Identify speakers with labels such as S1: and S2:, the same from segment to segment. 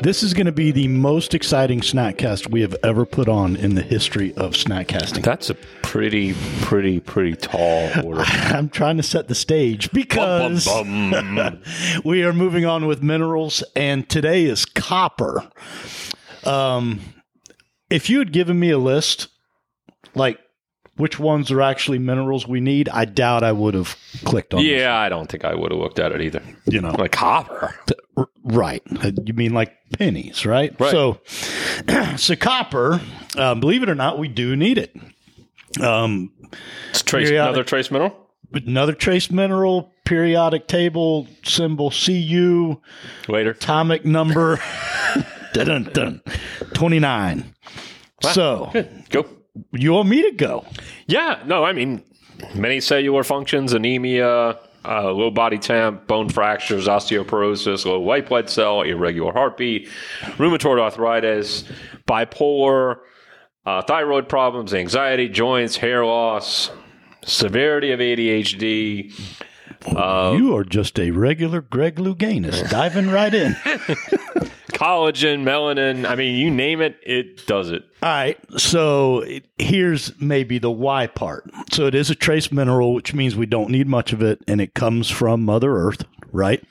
S1: This is going to be the most exciting snackcast we have ever put on in the history of snackcasting.
S2: That's a pretty, pretty, pretty tall order.
S1: I'm trying to set the stage because
S2: Bum, bum, bum.
S1: we are moving on with minerals, and today is copper. Um, if you had given me a list, like which ones are actually minerals we need, I doubt I would have clicked on.
S2: yeah, I don't think I would have looked at it either.
S1: this, you know,
S2: Like copper.
S1: R- Right. Uh, You mean like pennies, right?
S2: Right.
S1: So, so copper, uh, believe it or not, we do need it. Um,
S2: It's trace,
S1: Periodic.
S2: another trace mineral.
S1: another trace mineral, periodic table, symbol CU,
S2: Later.
S1: atomic number dun, dun, dun, 29. So,
S2: Go.
S1: you want me to go?
S2: Yeah, no, I mean, many cellular functions, anemia, uh, low body temp, bone fractures, osteoporosis, low white blood cell, irregular heartbeat, rheumatoid arthritis, bipolar, uh, thyroid problems, anxiety, joints, hair loss, severity of ADHD.
S1: you are just a regular Greg Louganis diving right in.
S2: collagen, melanin. I mean, you name it, it does it.
S1: All right. So it- here's maybe the why part. So it is a trace mineral, which means we don't need much of it, and it comes from Mother Earth, right?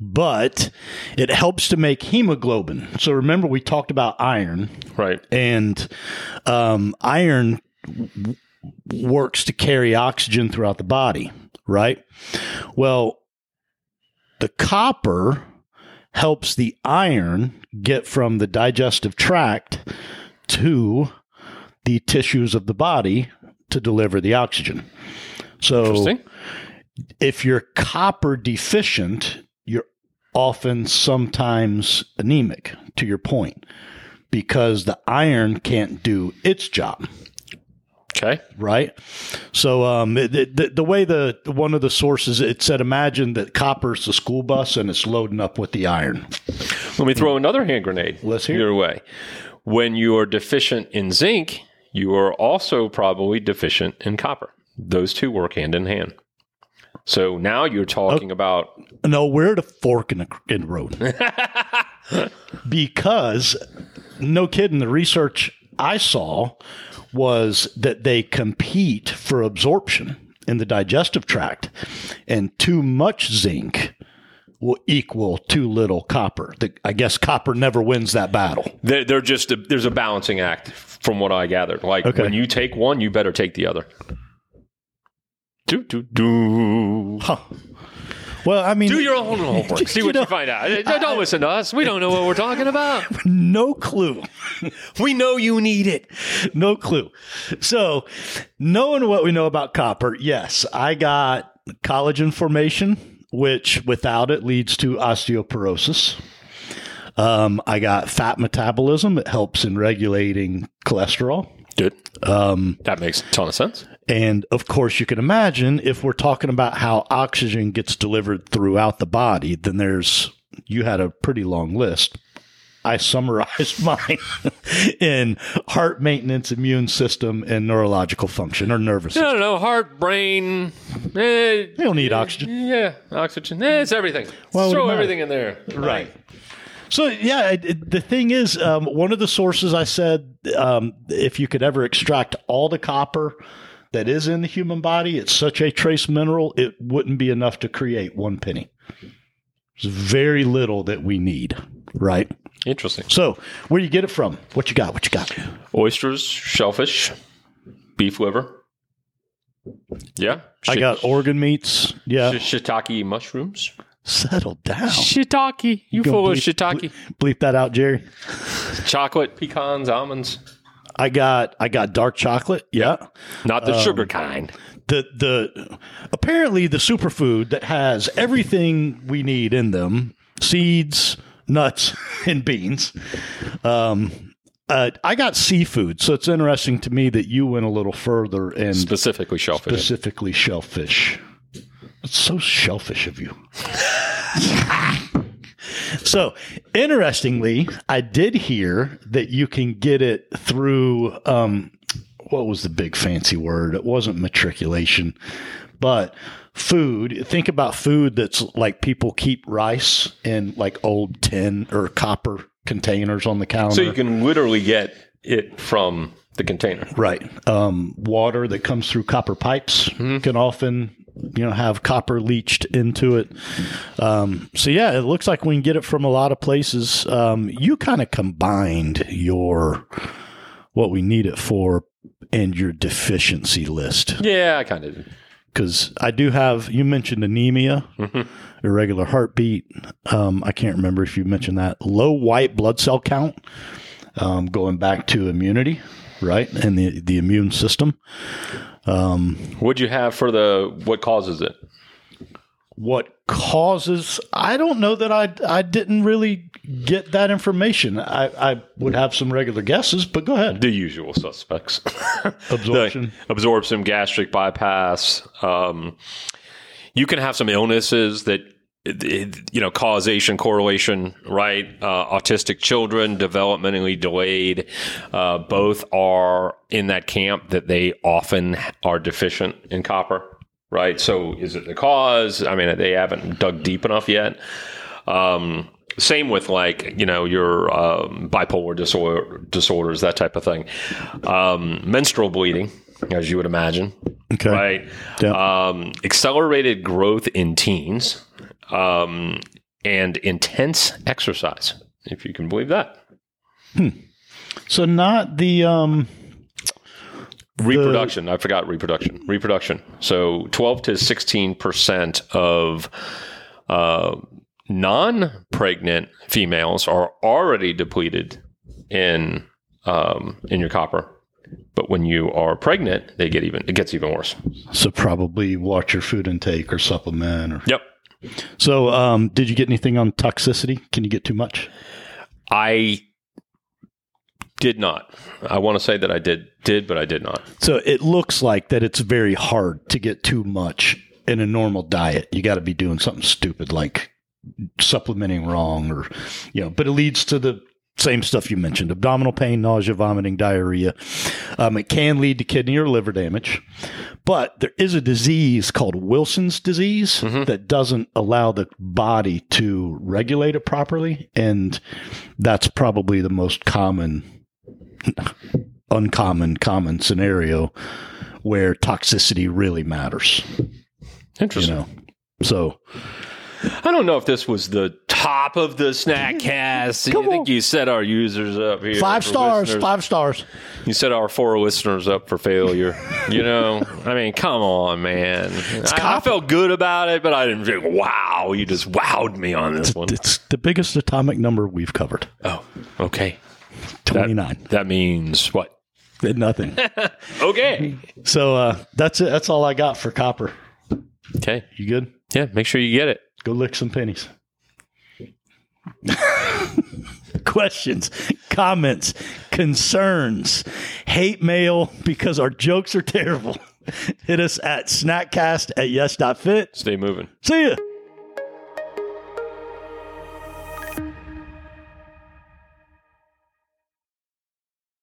S1: But it helps to make hemoglobin. So remember, we talked about iron,
S2: Right.
S1: and um, iron w- works to carry oxygen throughout the body, right? Well, the copper helps the iron get from the digestive tract to the tissues of the body to deliver the oxygen. So,
S2: Interesting.
S1: if you're copper deficient, you're often sometimes anemic, to your point, because the iron can't do its job
S2: Okay.
S1: right? So um, it- it- the, the way the one of the sources it said, imagine that copper's the school bus and it's loading up with the iron.
S2: Let me throw another hand grenade
S1: Let's hear it.
S2: your way. When you are deficient in zinc, you are also probably deficient in copper. Those two work hand in hand. So now you're talking
S1: Oh.
S2: about
S1: No, we're at a fork in the, in the road because no kidding. The research I saw was that they compete for absorption in the digestive tract, and too much zinc. Will equal too little copper. The, I guess copper never wins that battle.
S2: they're, they're just a, there's a balancing act from what I gathered. Like
S1: Okay.
S2: when you take one, you better take the other. Do do do.
S1: Well, I mean,
S2: Do your own homework. See
S1: You
S2: what
S1: know,
S2: you find out. Don't listen to us. We don't know what we're talking about.
S1: no clue.
S2: We know you need it.
S1: no clue. So, knowing what we know about copper, yes, I got collagen formation, which without it leads to osteoporosis. Um, I got fat metabolism, it helps in regulating cholesterol.
S2: Good. Um, that makes a ton of sense.
S1: And of course, you can imagine if we're talking about how oxygen gets delivered throughout the body, then there's, you had a pretty long list. I summarized mine in heart maintenance, immune system, and neurological function or nervous
S2: I
S1: system.
S2: don't know. Heart, brain. Eh,
S1: They don't need oxygen.
S2: yeah, oxygen. Eh, it's everything.
S1: Why would it
S2: Throw
S1: matter?
S2: everything in there.
S1: Right. So yeah, it- it- the thing is, um, one of the sources I said, um, if you could ever extract all the copper that is in the human body, it's such a trace mineral, it wouldn't be enough to create one penny. There's very little that we need, right?
S2: Interesting.
S1: So where you get it from? What you got? What you got?
S2: Oysters, shellfish, beef liver. Yeah.
S1: I
S2: Shi-
S1: got organ meats.
S2: shi-
S1: Yeah,
S2: shiitake mushrooms.
S1: settle down.
S2: Shiitake. You
S1: gonna
S2: full of
S1: bleep-
S2: shiitake.
S1: Bleep that out, Jerry.
S2: Chocolate, pecans, almonds.
S1: I got I got dark chocolate. Yeah.
S2: Not the sugar kind.
S1: the the apparently the superfood that has everything we need in them seeds nuts and beans um uh, I got seafood, so it's interesting to me that you went a little further and
S2: Specifically shellfish.
S1: specifically shellfish. It's so shellfish of you. so, interestingly, I did hear that you can get it through um, what was the big fancy word? It wasn't matriculation, but food, think about food that's like people keep rice in like old tin or copper containers on the counter.
S2: So you can literally get it from the container.
S1: Right. Um, water that comes through copper pipes can often, you know, have copper leached into it. Um, so yeah, it looks like we can get it from a lot of places. Um, you kind of combined your what we need it for and your deficiency list
S2: Yeah, I kind of.
S1: because I do have. You mentioned anemia, irregular heartbeat. Um, I can't remember if you mentioned that. Low white blood cell count. Um, going back to immunity, right, and the the immune system.
S2: What'd you have for the what causes it?
S1: What causes? I don't know that I I didn't really get that information. I, I would have some regular guesses, but go ahead.
S2: The usual suspects.
S1: Absorption.
S2: Like, absorption, gastric bypass. Um, you can have some illnesses that, it- it- you know, causation, correlation, right? Uh, autistic children, developmentally delayed, uh, both are in that camp that they often are deficient in copper, right? So is it the cause? I mean, they haven't dug deep enough yet. Um, same with like you know your um, bipolar disorder disorders that type of thing, um, menstrual bleeding, as you would imagine,
S1: Okay.
S2: right?
S1: Yeah.
S2: Um, accelerated growth in teens, um, and intense exercise, if you can believe that.
S1: So not the um.
S2: Reproduction. I forgot reproduction. Reproduction. So twelve to sixteen percent of uh, non-pregnant females are already depleted in um, in your copper, but when you are pregnant, they get even. It gets even worse.
S1: So probably watch your food intake or supplement or.
S2: Yep.
S1: So um, did you get anything on toxicity? Can you get too much?
S2: I did not. I want to say that I did did, but I did not.
S1: So it looks like that it's very hard to get too much in a normal diet. You got to be doing something stupid like supplementing wrong or, you know, but it leads to the same stuff you mentioned abdominal pain, nausea, vomiting, diarrhea. Um, it can lead to kidney or liver damage. But there is a disease called Wilson's disease that doesn't allow the body to regulate it properly. And that's probably the most common uncommon common scenario where toxicity really matters you
S2: Interesting.
S1: know so
S2: I don't know if this was the top of the snack cast. you think you set our users up here?
S1: five
S2: for
S1: stars
S2: listeners.
S1: five stars
S2: You set our four listeners up for failure. you know, I mean, come on, man. I, I
S1: copper.
S2: felt good about it, but I didn't feel, wow, you just wowed me on this one.
S1: it's the biggest atomic number we've covered
S2: Oh, okay.
S1: 29
S2: That means what?
S1: nothing
S2: Okay.
S1: so uh that's it that's all i got for copper
S2: Okay.
S1: you good
S2: Yeah, make sure you get it.
S1: go lick some pennies questions comments concerns hate mail because our jokes are terrible hit us at snackcast at yes.fit
S2: Stay moving.
S1: see ya